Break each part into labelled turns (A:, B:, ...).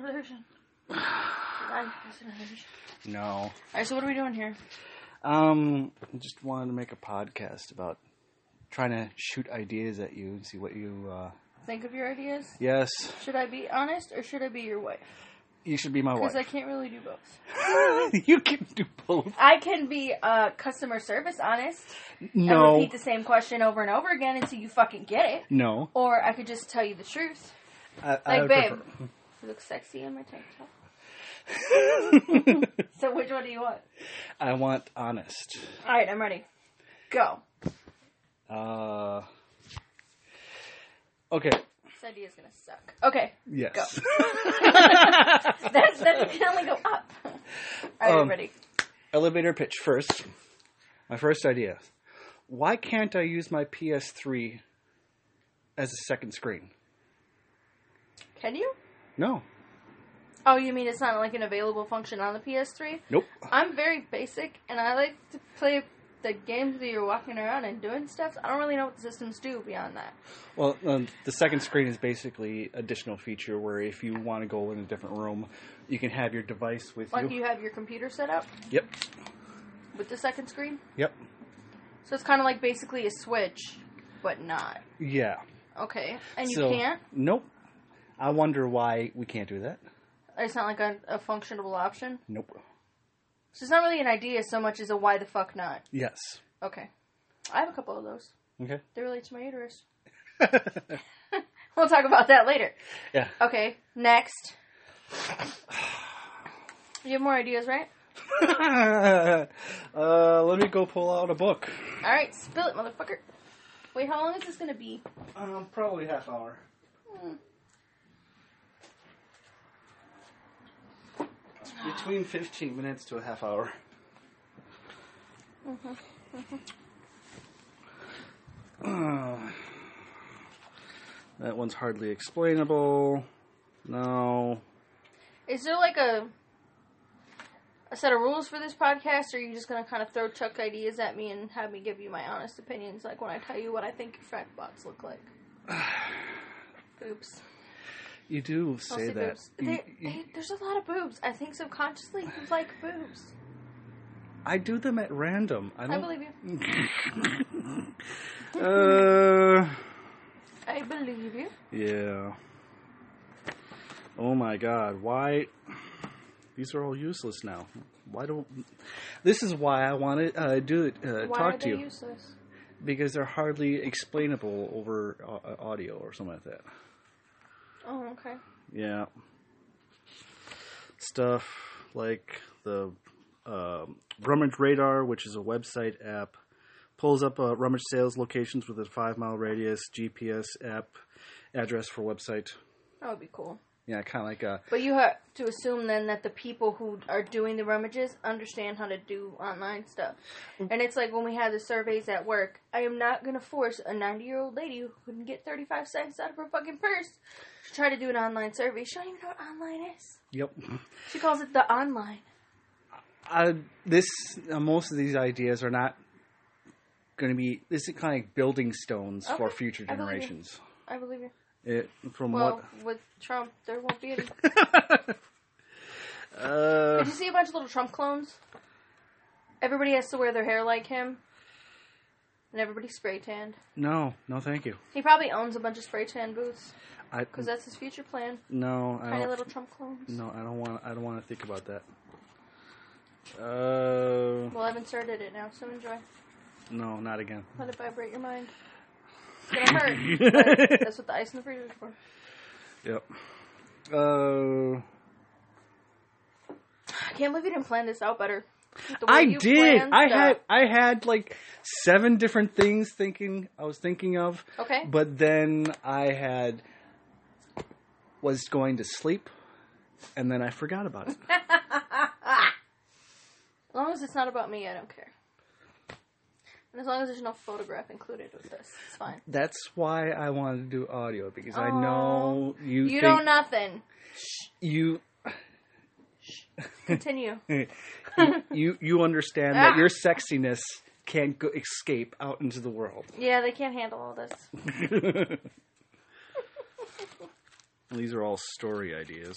A: version. I, that's another version.
B: No.
A: All right, so what are we doing here?
B: Um, I just wanted to make a podcast about trying to shoot ideas at you and see what you. Uh,
A: Think of your ideas.
B: yes,
A: Should I be honest or should I be your wife?
B: you should be my
A: Because
B: wife.
A: I can't really do both.
B: you can do both.
A: I can be uh, customer service honest and
B: No,
A: repeat the same question over and over again until you fucking get it.
B: no.
A: Or I could just tell you the truth.
B: I, I
A: Like,
B: would
A: babe,
B: prefer-
A: you look sexy in my tank top. So which one do you want?
B: I want honest.
A: All right, I'm ready. Go.
B: Uh, okay.
A: This idea's gonna suck. Okay,
B: Yes.
A: that's that can only go up. All right,
B: Um,
A: I'm ready.
B: Elevator pitch first. My first idea. Why can't I use my PS3 as a second screen?
A: Can you?
B: No.
A: Oh, you mean it's not like an available function on the PS3?
B: Nope.
A: I'm very basic, and I like to play the games that you're walking around and doing stuff. I don't really know what the systems do beyond that.
B: Well, um, the second screen is basically additional feature where if you want to go in a different room, you can have your device with
A: Like
B: you.
A: you have your computer set up
B: Yep.
A: with the second screen,
B: Yep.
A: so it's kind of like basically a Switch, but not.
B: Yeah.
A: Okay, and you
B: So-
A: can't.
B: Nope. I wonder why we can't do that.
A: It's not like a, a functionable option.
B: Nope.
A: So it's not really an idea so much as a why the fuck not.
B: Yes.
A: Okay, I have a couple of those.
B: Okay.
A: They relate to my uterus. We'll talk about that later.
B: yeah.
A: Okay, next. You have more ideas, right?
B: uh, let me go pull out a book.
A: All right, spill it, motherfucker. Wait, how long is this gonna be?
B: Um, probably half hour. Between 15 minutes to a half hour. that one's hardly explainable. No.
A: Is there like a a set of rules for this podcast, or are you just gonna kind of throw Chuck ideas at me and have me give you my honest opinions, like when I tell you what I think your frat bots look like? boobs.
B: You do
A: Mostly
B: say that.
A: boobs.
B: You-
A: They-
B: you-
A: they- there's a lot of boobs. I think subconsciously you like boobs.
B: I do them at random. I
A: I
B: don't.
A: believe you.
B: uh,
A: I believe you.
B: yeah. Oh my god, why? These are all useless now. Why don't? This is why I want to uh, do it. Uh,
A: Why
B: talk
A: are
B: to
A: they
B: you
A: useless?
B: because they're hardly explainable over au- audio or something like that.
A: Oh, okay.
B: Yeah. Stuff like the um Rummage Radar, which is a website app, pulls up uh, rummage sales locations within a five mile radius, GPS app, address for website.
A: That would be cool.
B: Yeah, kind of like uh, a.
A: But you have to assume then that the people who are doing the rummages understand how to do online stuff. And it's like when we had the surveys at work, I am not going to force a 90 year old lady who couldn't get 35 cents out of her fucking purse to try to do an online survey. She don't even know what online is.
B: Yep.
A: She calls it the online.
B: I, this uh, most of these ideas are not going to be. This is kind of like building stones for
A: Okay,
B: future
A: I believe you.
B: generations.
A: I believe you.
B: It, from
A: Well, with Trump, there won't be any. Did
B: what? uh,
A: you see a bunch of little Trump clones? Everybody has to wear their hair like him. And everybody's spray tanned.
B: no, no, thank you.
A: He probably owns a bunch of spray tan booths.
B: I
A: Because that's his future plan.
B: no, I
A: Tiny
B: don't,
A: little Trump clones.
B: no, I don't want. I don't want to think about that. Uh,
A: Well, I've inserted it now, so enjoy.
B: no, not again.
A: Let it vibrate your mind. It's gonna hurt. but that's what the ice in the freezer is for.
B: Yep. Uh,
A: I can't believe you didn't plan this out better. The way
B: I
A: you
B: did.
A: planned
B: I
A: stuff.
B: had. I had like seven different things thinking. I was thinking of.
A: Okay.
B: But then I had was going to sleep, and then I forgot about it.
A: As long as it's not about me, I don't care. And as long as there's no photograph included with this, it's fine.
B: That's why I wanted to do audio because I know you.
A: You,
B: think
A: know nothing.
B: you
A: Continue.
B: you you understand that
A: Ah.
B: your sexiness can't go, escape out into the world.
A: yeah, they can't handle all this.
B: These are all story ideas.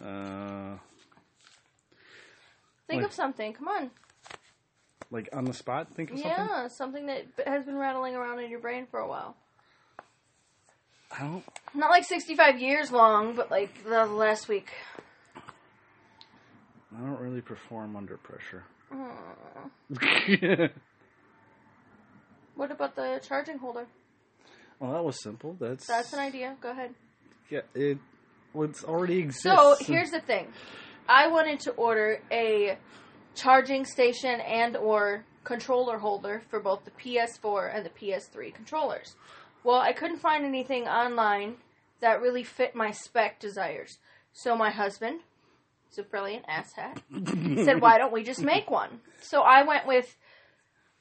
B: Uh,
A: Think
B: Like-
A: of something. Come on.
B: like on the spot, think of something.
A: Yeah, something that b- has been rattling around in your brain for a while.
B: I don't.
A: Not like 65 years long, but like the last week.
B: I don't really perform under pressure.
A: Mm. What about the charging holder?
B: well, that was simple. That's
A: That's an idea. Go ahead.
B: Yeah, it. Well, it's already exists.
A: So here's the thing. I wanted to order a charging station and or controller holder for both the PS4 and the PS3 controllers. Well, I couldn't find anything online that really fit my spec desires. So my husband, he's a brilliant asshat, said, "Why don't we just make one?" So I went with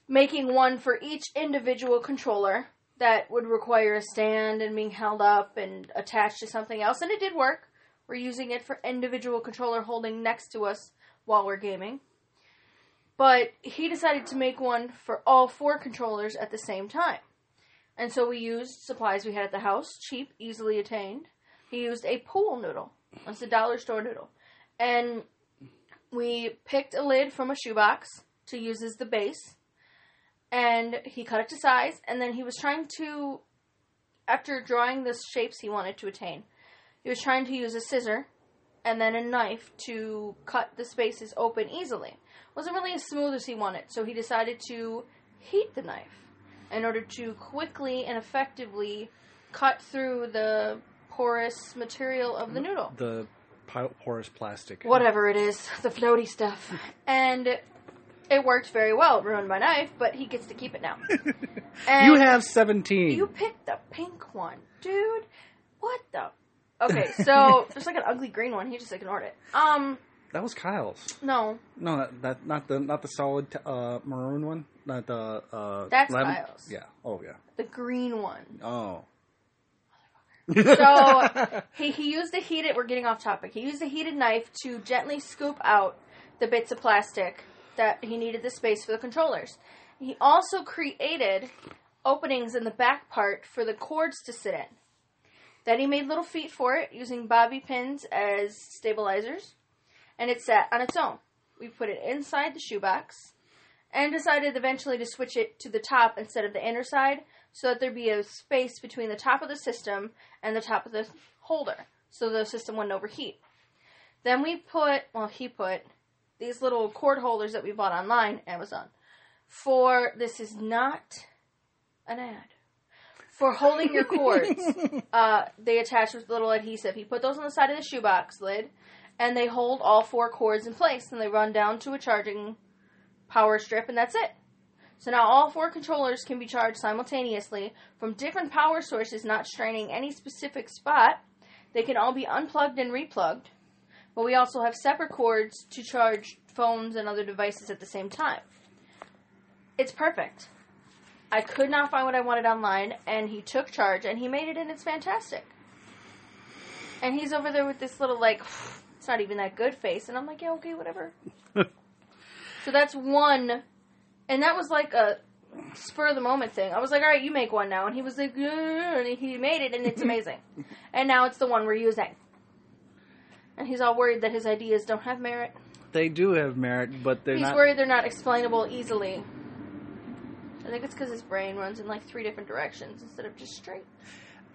A: making one for each individual controller that would require a stand and being held up and attached to something else, and it did work. We're using it for individual controller holding next to us while we're gaming. But he decided to make one for all four controllers at the same time. And so we used supplies we had at the house, cheap, easily attained. He used a pool noodle. It's a dollar store noodle. And we picked a lid from a shoebox to use as the base. And he cut it to size, and then he was trying to, after drawing the shapes he wanted to attain, he was trying to use a scissor and then a knife to cut the spaces open easily. It wasn't really as smooth as he wanted, so he decided to heat the knife in order to quickly and effectively cut through the porous material of the noodle
B: the pi- porous plastic.
A: whatever it is, the floaty stuff. And it worked very well. It ruined my knife, but he gets to keep it now. And
B: You have seventeen.
A: you picked the pink one, dude. What the? Okay, so there's like an ugly green one. He just ignored it. Um,
B: That was Kyle's.
A: no,
B: No, that, that not the not the solid uh, maroon one. Not the. Uh,
A: That's
B: lemon-
A: Kyle's.
B: Yeah. Oh yeah.
A: the green one.
B: Oh.
A: So- He he used a heated. We're getting off topic. He used a heated knife to gently scoop out the bits of plastic that he needed the space for the controllers. He also created openings in the back part for the cords to sit in. Then he made little feet for it using bobby pins as stabilizers, and it sat on its own. We put it inside the shoebox and decided eventually to switch it to the top instead of the inner side so that there'd be a space between the top of the system and the top of the holder so the system wouldn't overheat. Then we put, well, he put these little cord holders that we bought online, Amazon, for this is not an ad. For holding your cords, uh, they attach with little adhesive. He put those on the side of the shoebox lid, and they hold all four cords in place, and they run down to a charging power strip, and that's it. So now all four controllers can be charged simultaneously from different power sources, not straining any specific spot. They can all be unplugged and replugged. But we also have separate cords to charge phones and other devices at the same time. It's perfect. I could not find what I wanted online, and he took charge and he made it, and it's fantastic. And he's over there with this little, like, it's not even that good face. And I'm like, yeah, okay, whatever. so that's one and that was like a spur of the moment thing. I was like, all right, you make one now, and he was like, "Yeah," and he made it, and it's amazing. and now it's the one we're using. And he's all worried that his ideas don't have merit.
B: they do have merit, but they're
A: he's
B: not.
A: worried they're not explainable easily. I think it's because his brain runs in like three different directions instead of just straight.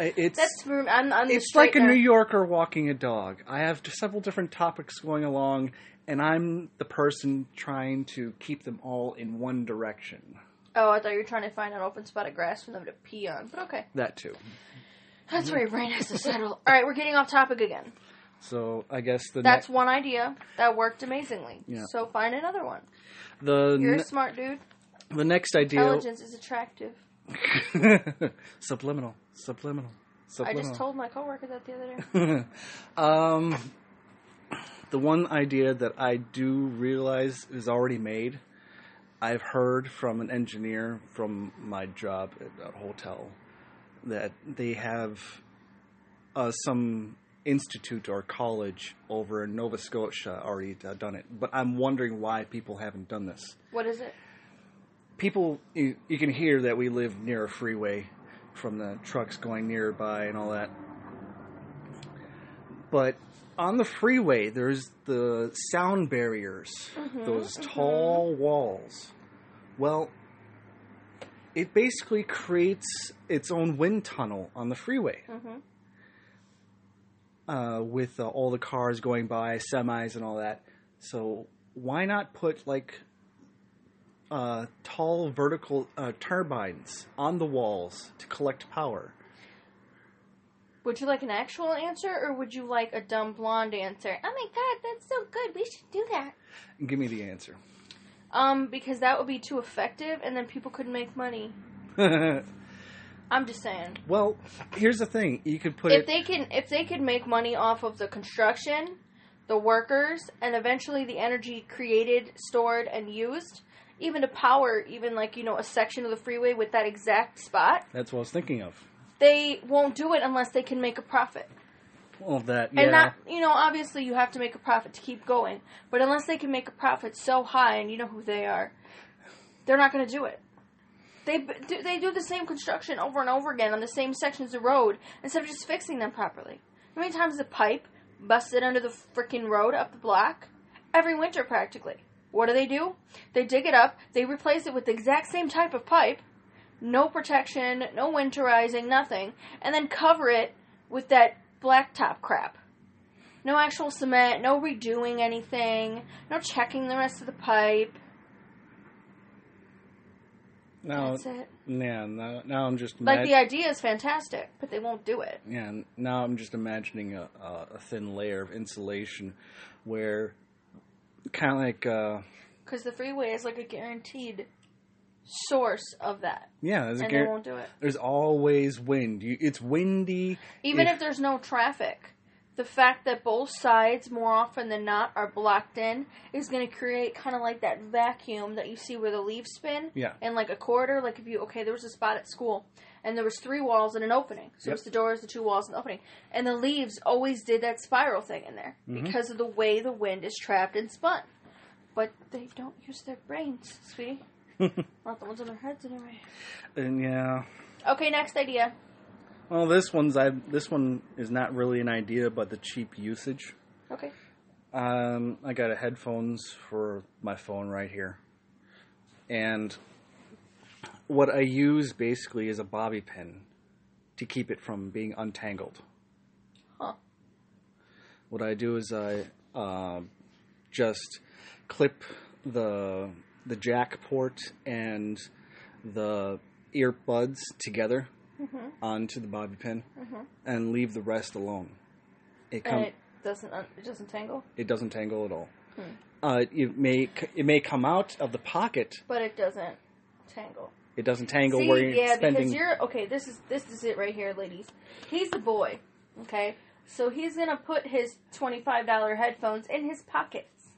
B: I- It's
A: That's I'm, I'm the
B: it's like a
A: straightener.
B: New Yorker walking a dog. I have several different topics going along, and I'm the person trying to keep them all in one direction.
A: Oh, I thought you were trying to find an open spot of grass for them to pee on. But okay,
B: That too.
A: that's where your brain has to settle. all right, we're getting off topic again.
B: So I guess the
A: That's
B: ne-
A: one idea that worked amazingly.
B: Yeah.
A: So find another one.
B: the
A: You're
B: ne-
A: a smart dude.
B: the next idea.
A: Intelligence is attractive.
B: subliminal, subliminal,
A: I
B: subliminal.
A: just told my coworker that the other day.
B: um, the one idea that I do realize is already made, I've heard from an engineer from my job at a hotel that they have uh, some institute or college over in Nova Scotia already uh, done it. But I'm wondering why people haven't done this
A: What is it?
B: people you, you can hear that we live near a freeway from the trucks going nearby and all that But on the freeway, there's the sound barriers, those tall walls. Well, it basically creates its own wind tunnel on the freeway
A: Mhm.
B: uh, with uh, all the cars going by, semis, and all that. So why not put like uh, tall vertical uh, turbines on the walls to collect power?
A: Would you like an actual answer, or would you like a dumb blonde answer? Oh my god, that's so good. We should do that.
B: Give me the answer.
A: Um, because that would be too effective, and then people could make money. I'm just saying.
B: well, here's the thing: you could put
A: if
B: it.
A: they can, if they could make money off of the construction, the workers, and eventually the energy created, stored, and used, even to power, even like you know a section of the freeway with that exact spot,
B: that's what I was thinking of.
A: they won't do it unless they can make a profit.
B: Well, that yeah.
A: And not, you know, obviously you have to make a profit to keep going. But unless they can make a profit so high, and you know who they are, they're not going to do it. They b- do, they do the same construction over and over again on the same sections of road instead of just fixing them properly. How many times the pipe busted under the freaking road up the block? Every winter, practically. What do they do? They dig it up, they replace it with the exact same type of pipe, no protection, no winterizing, nothing, and then cover it with that blacktop crap. No actual cement, no redoing anything, no checking the rest of the pipe.
B: now,
A: That's it.
B: yeah, now, now I'm just
A: Like
B: imag-
A: the idea is fantastic, but they won't do it.
B: Yeah, now I'm just imagining a, a, a thin layer of insulation where kind of like, uh,
A: Because the freeway is like a guaranteed source of that.
B: yeah, there's, a
A: And they
B: gar-
A: won't do it.
B: there's always wind. You, it's windy.
A: Even
B: If-
A: if there's no traffic, the fact that both sides, more often than not, are blocked in is going to create kind of like that vacuum that you see where the leaves spin.
B: Yeah.
A: And like a corridor, like if you okay, there was a spot at school, and there was three walls and an opening. So it
B: Yep.
A: was the doors, the two walls, and the opening. And the leaves always did that spiral thing in there
B: Mm-hmm.
A: because of the way the wind is trapped and spun. But they don't use their brains, sweetie. Not the ones on their heads, anyway.
B: And yeah,
A: Okay, next idea.
B: well, this one's I this one is not really an idea, but the cheap usage.
A: Okay.
B: Um, I got a headphones for my phone right here, and what I use basically is a bobby pin to keep it from being untangled.
A: Huh.
B: What I do is I uh, just clip the the jack port and the earbuds together
A: Mm-hmm.
B: onto the bobby pin and leave the rest alone. It
A: And
B: come-
A: it doesn't un- it doesn't tangle,
B: it doesn't tangle at all.
A: Hmm.
B: Uh, it may c- it may come out of the pocket.
A: but it doesn't tangle.
B: It doesn't tangle
A: See,
B: where you're
A: yeah,
B: spending.
A: because you're okay. This is this is it right here, ladies. He's the boy, okay. So he's gonna put his twenty five dollar headphones in his pockets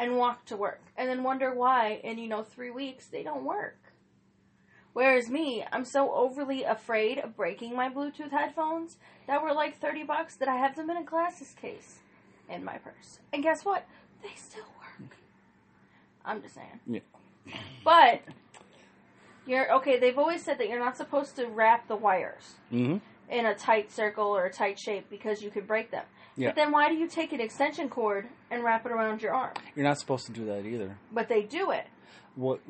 A: and walk to work, and then wonder why in you know three weeks they don't work. Whereas me, I'm so overly afraid of breaking my Bluetooth headphones that were like thirty bucks that I have them in a glasses case in my purse. And guess what? They still work. I'm just saying.
B: Yeah.
A: But you're okay. They've always said that you're not supposed to wrap the wires
B: Mhm.
A: in a tight circle or a tight shape because you could break them.
B: Yeah.
A: But then why do you take an extension cord and wrap it around your arm?
B: You're not supposed to do that either.
A: But they do it.
B: What?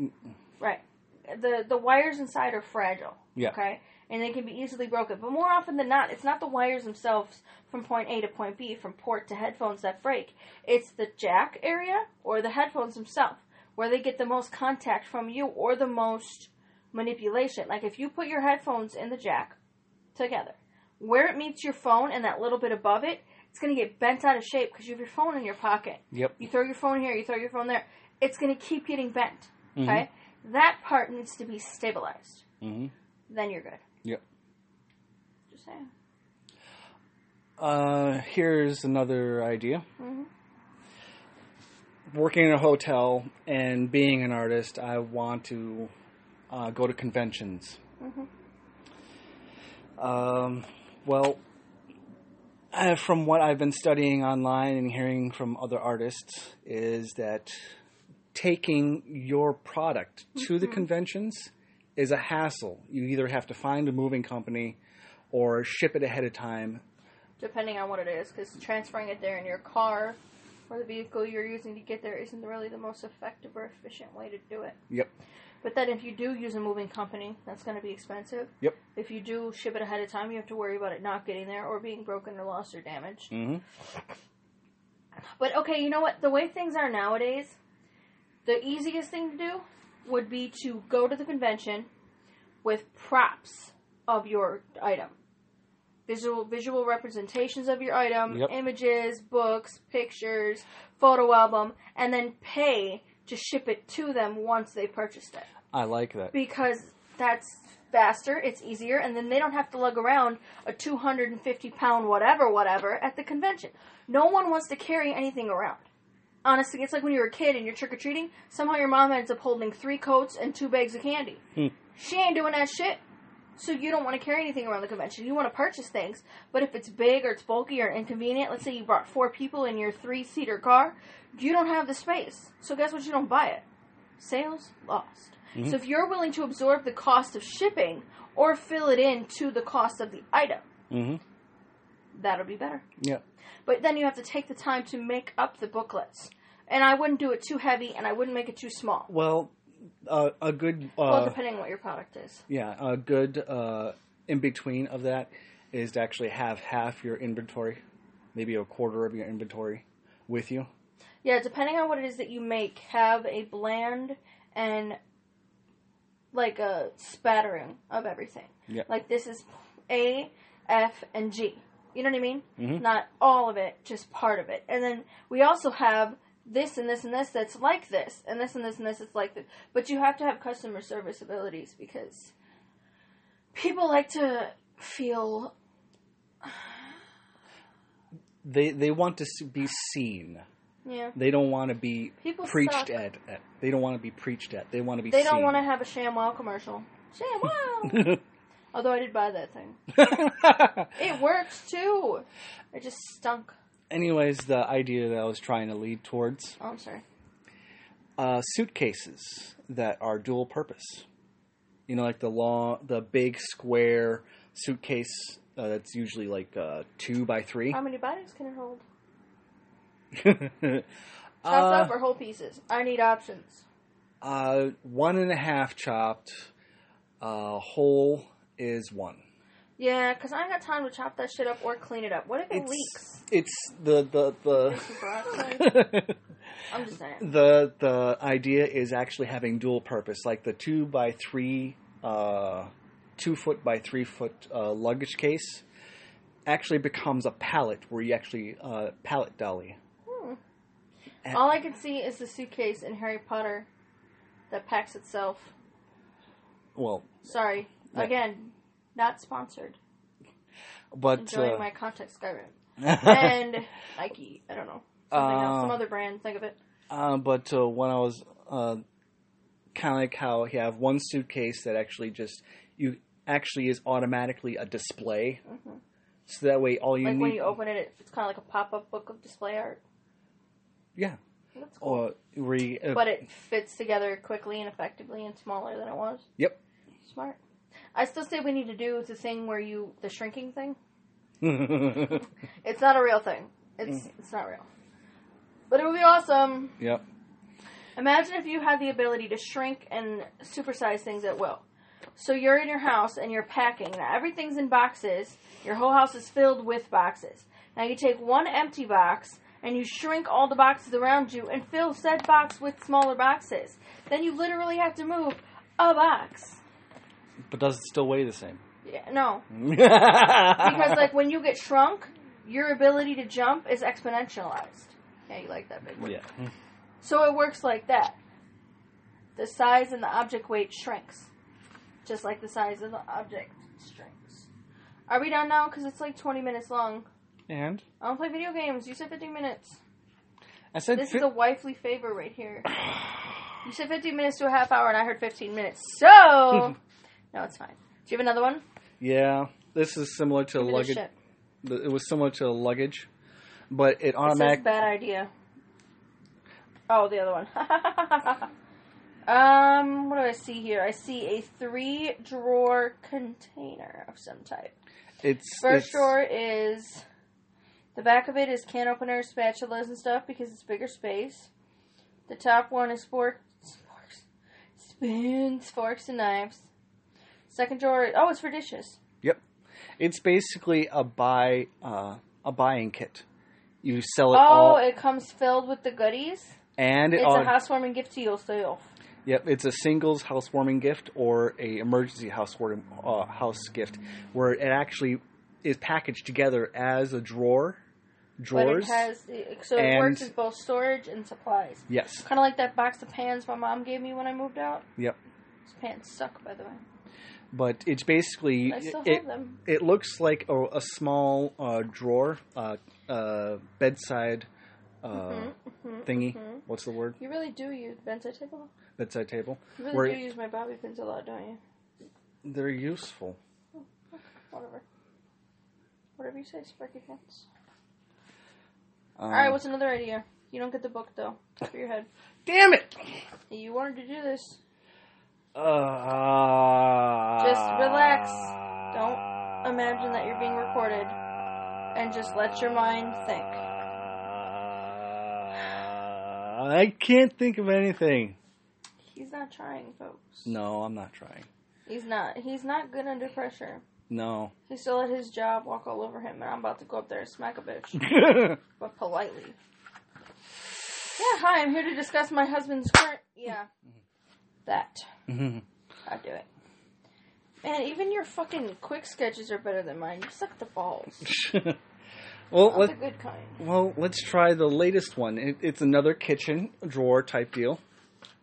A: Right. The the wires inside are fragile.
B: Yeah.
A: Okay. And they can be easily broken. But more often than not, it's not the wires themselves from point A to point B, from port to headphones that break. It's the jack area or the headphones themselves where they get the most contact from you or the most manipulation. Like if you put your headphones in the jack together, where it meets your phone and that little bit above it, it's going to get bent out of shape because you have your phone in your pocket.
B: Yep.
A: You throw your phone here, you throw your phone there. It's going to keep getting bent. Okay? That part needs to be stabilized.
B: hmm
A: Then you're good.
B: Yep.
A: Just saying.
B: Uh, here's another idea. Working in a hotel and being an artist, I want to uh, go to conventions. Um, well, uh, from what I've been studying online and hearing from other artists, is that taking your product to the conventions is a hassle. You either have to find a moving company or ship it ahead of time
A: depending on what it is, because transferring it there in your car or the vehicle you're using to get there isn't really the most effective or efficient way to do it.
B: Yep.
A: But then if you do use a moving company, that's going to be expensive.
B: Yep.
A: If you do ship it ahead of time, you have to worry about it not getting there or being broken or lost or damaged.
B: Mm-hmm.
A: But okay, you know what? The way things are nowadays, the easiest thing to do would be to go to the convention with props of your item. Visual visual representations of your item,
B: Yep.
A: images, books, pictures, photo album, and then pay to ship it to them once they purchased it.
B: I like that.
A: Because that's faster, it's easier, and then they don't have to lug around a 250 pound whatever, whatever at the convention. No one wants to carry anything around. Honestly, it's like when you were a kid and you're trick or treating, somehow your mom ends up holding three coats and two bags of candy. She ain't doing that shit. So you don't want to carry anything around the convention. You want to purchase things, but if it's big or it's bulky or inconvenient, let's say you brought four people in your three seater car, you don't have the space. So guess what? You don't buy it. Sales lost.
B: Mm-hmm.
A: So if you're willing to absorb the cost of shipping or fill it in to the cost of the item,
B: Mm-hmm.
A: that'll be better.
B: Yeah.
A: But then you have to take the time to make up the booklets. And I wouldn't do it too heavy and I wouldn't make it too small.
B: Well, uh, a good uh,
A: Well, depending on what your product is.
B: yeah, a good uh, in between of that is to actually have half your inventory, maybe a quarter of your inventory, with you.
A: Yeah, depending on what it is that you make, have a bland and like a spattering of everything.
B: Yeah.
A: Like this is A, F, and G. You know what I mean?
B: Mm-hmm.
A: Not all of it, just part of it. And then we also have this and this and this that's like this, and this and this and this that's like this. But you have to have customer service abilities because people like to feel
B: They they want to s- be seen.
A: yeah.
B: They don't want to be
A: People
B: preached
A: suck.
B: at, at. They don't want to be preached at. They want to be.
A: They
B: seen.
A: don't want to have a ShamWow commercial. ShamWow. Although I did buy that thing. It worked too. It just stunk.
B: Anyways, the idea that I was trying to lead towards
A: Oh, I'm sorry.
B: uh, suitcases that are dual purpose. You know, like the long, the big square suitcase uh, that's usually like uh, two by three.
A: How many bodies can it hold? Oh. Chopped
B: uh,
A: up or whole pieces? I need options.
B: uh, one and a half chopped. Uh, whole is one.
A: Yeah, because I ain't got time to chop that shit up or clean it up. What if it
B: It's
A: leaks?
B: it's the the
A: Some peroxide?
B: the.
A: I'm just saying.
B: the the idea is actually having dual purpose, like the two by three, uh, two foot by three foot uh, luggage case, actually becomes a pallet where you actually uh, pallet dolly.
A: All I can see is the suitcase in Harry Potter that packs itself.
B: Well,
A: Sorry. Again, not sponsored.
B: but
A: Enjoying
B: uh,
A: my context Skyrim. and Nike. I don't know. Something else. Some
B: Uh,
A: other brand. Think of it.
B: uh, but uh, when I was uh, kind of like how you have one suitcase that actually just you actually is automatically a display, so that way all you
A: Mm-hmm. Like
B: need
A: when you open it, it's kind of like a pop up book of display art.
B: yeah
A: That's cool.
B: or re uh,
A: but it fits together quickly and effectively and smaller than it was.
B: yep
A: Smart. I still say we need to do the thing where you the shrinking thing. It's not a real thing. It's it's not real. But it would be awesome.
B: yep.
A: Imagine if you had the ability to shrink and supersize things at will. So you're in your house and you're packing. Now everything's in boxes. Your whole house is filled with boxes. Now you take one empty box and you shrink all the boxes around you and fill said box with smaller boxes. Then you literally have to move a box.
B: But does it still weigh the same?
A: Yeah, no. Because
B: because
A: like when you get shrunk, your ability to jump is exponentialized. Yeah, you like that big word.
B: yeah,
A: So it works like that. The size and the object weight shrinks, just like the size of the object shrinks. Are we done now? Because it's like 20 minutes long.
B: and
A: I don't play video games. You said 15 minutes.
B: I said
A: This
B: fi-
A: is a wifely favor right here. You said 15 minutes to a half hour, and I heard 15 minutes. So, no, it's fine. Do you have another one?
B: yeah. This is similar to
A: Give me this
B: luggage.
A: shit.
B: th- It was similar to luggage, but it
A: It says
B: automatic.
A: bad idea. Oh, the other one. um, what do I see here? I see a three drawer container of some type.
B: It's
A: First
B: it's,
A: drawer is The back of it is can openers, spatulas, and stuff because it's bigger space. The top one is forks, forks, spoons, forks, and knives. Second drawer, oh, it's for dishes.
B: Yep. It's basically a buy uh, a buying kit. You sell it
A: Oh,
B: all,
A: it comes filled with the goodies.
B: and it
A: It's
B: all,
A: a housewarming gift to yourself.
B: Yep, it's a singles housewarming gift or a emergency housewarming uh, house gift where it actually is packaged together as a drawer,
A: But it
B: drawers.
A: has, so it
B: and-
A: works as both storage and supplies.
B: yes.
A: Kind of like that box of pans my mom gave me when I moved out.
B: Yep.
A: Those pans suck, by the way.
B: But it's basically
A: I still
B: it,
A: have them.
B: it looks like a, a small uh, drawer, uh, uh, bedside uh,
A: Mm-hmm,
B: thingy. What's the word?
A: You really do use bedside table.
B: Bedside table.
A: You really
B: where
A: do use my bobby pins a lot, don't you?
B: they're useful.
A: Whatever. Whatever you say, Sparky Pants.
B: Um,
A: Alright, what's another idea? You don't get the book, though, for your head.
B: damn it!
A: You wanted to do this.
B: Uh,
A: Just relax. Don't imagine that you're being recorded. And just let your mind think.
B: Uh, I can't think of anything.
A: He's not trying, folks.
B: No, I'm not trying.
A: He's not. He's not good under pressure.
B: No.
A: He's still at his job, walk all over him, and I'm about to go up there and smack a bitch. but politely. Yeah, hi, I'm here to discuss my husband's current. Yeah. That. I do it. Man, even your fucking quick sketches are better than mine. You suck the balls.
B: well,
A: Not the
B: let,
A: good kind.
B: well, let's try the latest one. It, it's another kitchen drawer type deal.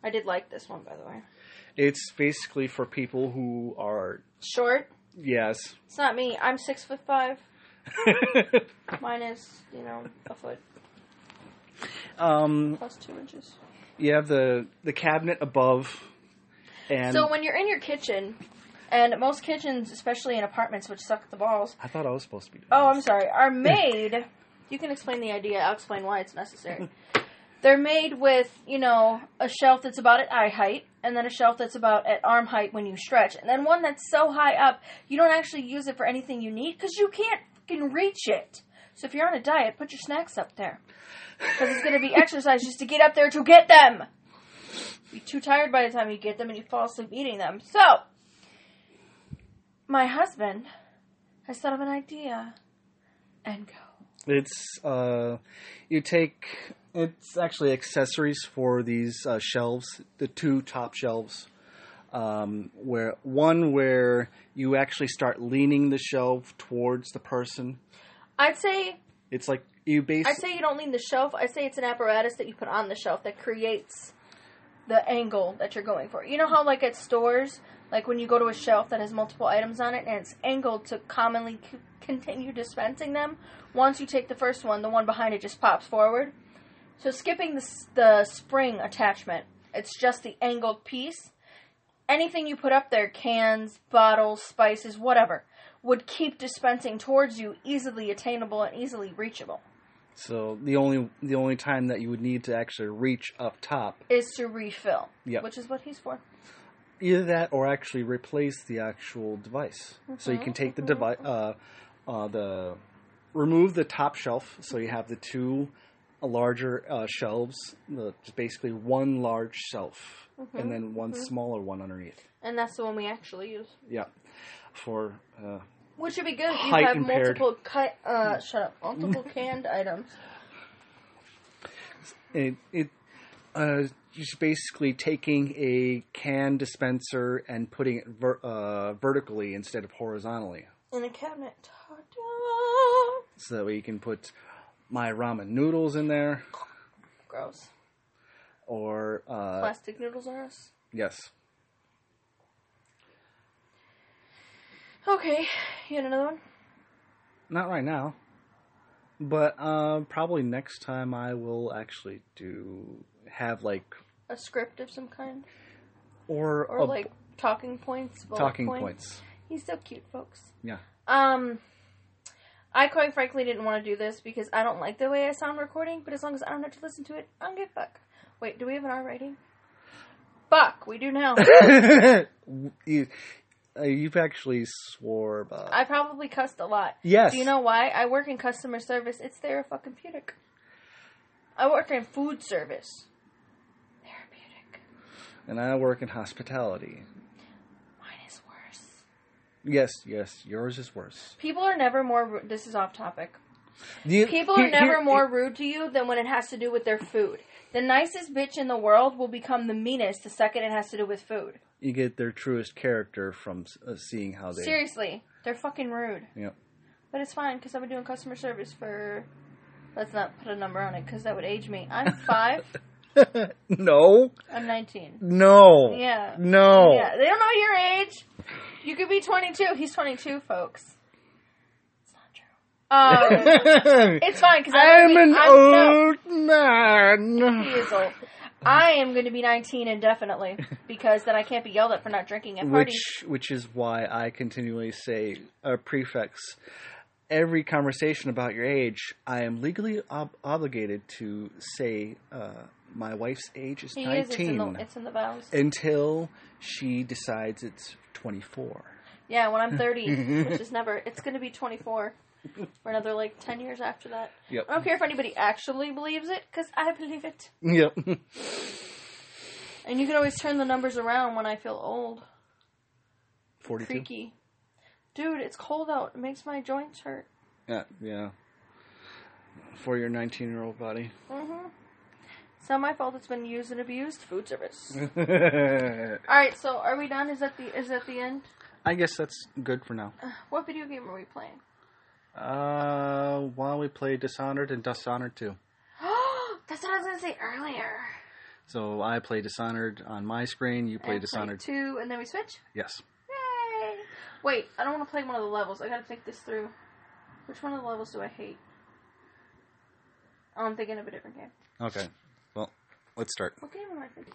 A: I did like this one, by the way.
B: It's basically for people who are
A: Short.
B: yes.
A: It's not me. I'm six foot five. Mine is, you know, a foot
B: um,
A: plus two inches.
B: you have the the cabinet above, and
A: so when you're in your kitchen, and most kitchens, especially in apartments, which suck the balls,
B: I thought I was supposed to be. doing
A: oh,
B: this.
A: I'm sorry, are made. you can explain the idea. I'll explain why it's necessary. They're made with, you know, a shelf that's about at eye height, and then a shelf that's about at arm height when you stretch, and then one that's so high up you don't actually use it for anything you need because you can't fucking reach it. So if you're on a diet, put your snacks up there because it's going to be exercise just to get up there to get them. Be too tired by the time you get them, and you fall asleep eating them. So, my husband has thought of an idea, and go.
B: It's uh, you take it's actually accessories for these uh, shelves, the two top shelves. Um, where one where you actually start leaning the shelf towards the person.
A: I'd say
B: It's like you
A: I'd
B: basically
A: say you don't lean the shelf. I'd say it's an apparatus that you put on the shelf that creates the angle that you're going for. You know how like at stores, like when you go to a shelf that has multiple items on it and it's angled to commonly c- continue dispensing them. Once you take the first one, the one behind it just pops forward. So skipping the s- the spring attachment, it's just the angled piece anything you put up there cans, bottles, spices, whatever would keep dispensing towards you easily attainable and easily reachable
B: so the only the only time that you would need to actually reach up top
A: is to refill
B: Yep.
A: which is what he's for
B: either that or actually replace the actual device. So you can take the device, uh, uh, the remove the top shelf, so you have the two larger uh, shelves, the, just basically one large shelf and then one smaller one underneath.
A: and that's the one we actually use
B: Yeah, for uh,
A: which would be good if you
B: Height
A: have
B: impaired.
A: multiple cut uh shut up multiple canned items
B: it. it uh, just basically taking a can dispenser and putting it ver- uh, vertically instead of horizontally.
A: in a cabinet Ta-da!
B: So that way you can put my ramen noodles in there.
A: gross
B: or uh,
A: plastic noodles are us
B: yes,
A: okay you had another one
B: not right now, but uh, probably next time I will actually do have like
A: a script of some kind
B: or,
A: or
B: a-
A: like talking points bullet
B: Oh, talking
A: points.
B: points.
A: he's so cute folks
B: Yeah,
A: Um, I quite frankly didn't want to do this because I don't like the way I sound recording, but as long as I don't have to listen to it, I don't give a fuck. Wait, do we have an R rating? Fuck, we do now.
B: you Uh, you've actually swore about.
A: I probably cussed a lot.
B: yes.
A: Do you know why? I work in customer service. It's fucking therapeutic. I work in food service. Therapeutic.
B: And I work in hospitality.
A: Mine is worse.
B: Yes, yes, yours is worse.
A: People are never more. Ru- this is off topic.
B: You-
A: People
B: here-
A: are never
B: here-
A: more rude to you than when it has to do with their food. The nicest bitch in the world will become the meanest the second it has to do with food.
B: You get their truest character from uh, seeing how they.
A: Seriously, they're fucking rude.
B: Yep.
A: But it's fine because I've been doing customer service for. Let's not put a number on it because that would age me. I'm five.
B: no,
A: I'm 19.
B: no,
A: Yeah.
B: no.
A: Yeah, they don't know your age. You could be 22. He's 22, folks. It's not true. Um, it's fine because
B: I'm an
A: i
B: old
A: No, he
B: man.
A: is old. I am going to be 19 indefinitely because then I can't be yelled at for not drinking at parties.
B: Which, which is why I continually say uh, prefix every conversation about your age. I am legally ob- obligated to say uh, my wife's age is
A: He is. It's in
B: nineteen Eh.
A: the, it's in the vows.
B: until she decides it's twenty-four.
A: Yeah, when I'm 30, which is never. It's going to be 24 for another like 10 years after that.
B: Yep.
A: I don't care if anybody actually believes it because I believe it.
B: Yep.
A: And you can always turn the numbers around when I feel old.
B: Forty-two.
A: Freaky. Dude, it's cold out. It makes my joints hurt.
B: Yeah. Yeah. For your nineteen-year-old body.
A: Mm-hmm. It's not my fault. It's been used and abused. Food service.
B: I
A: All right. So, are we done? Is that the is that the end?
B: guess that's good for now.
A: What video game are we playing?
B: Uh, while we play Dishonored and Dishonored 2.
A: That's what I was gonna say earlier.
B: So I play Dishonored on my screen, you play
A: And
B: Dishonored.
A: two, and then we switch.
B: Yes.
A: Yay! Wait, I don't want to play one of the levels. I gotta think this through. Which one of the levels do I hate? Oh, I'm thinking of a different game.
B: Okay. Well, let's start.
A: What game am I thinking?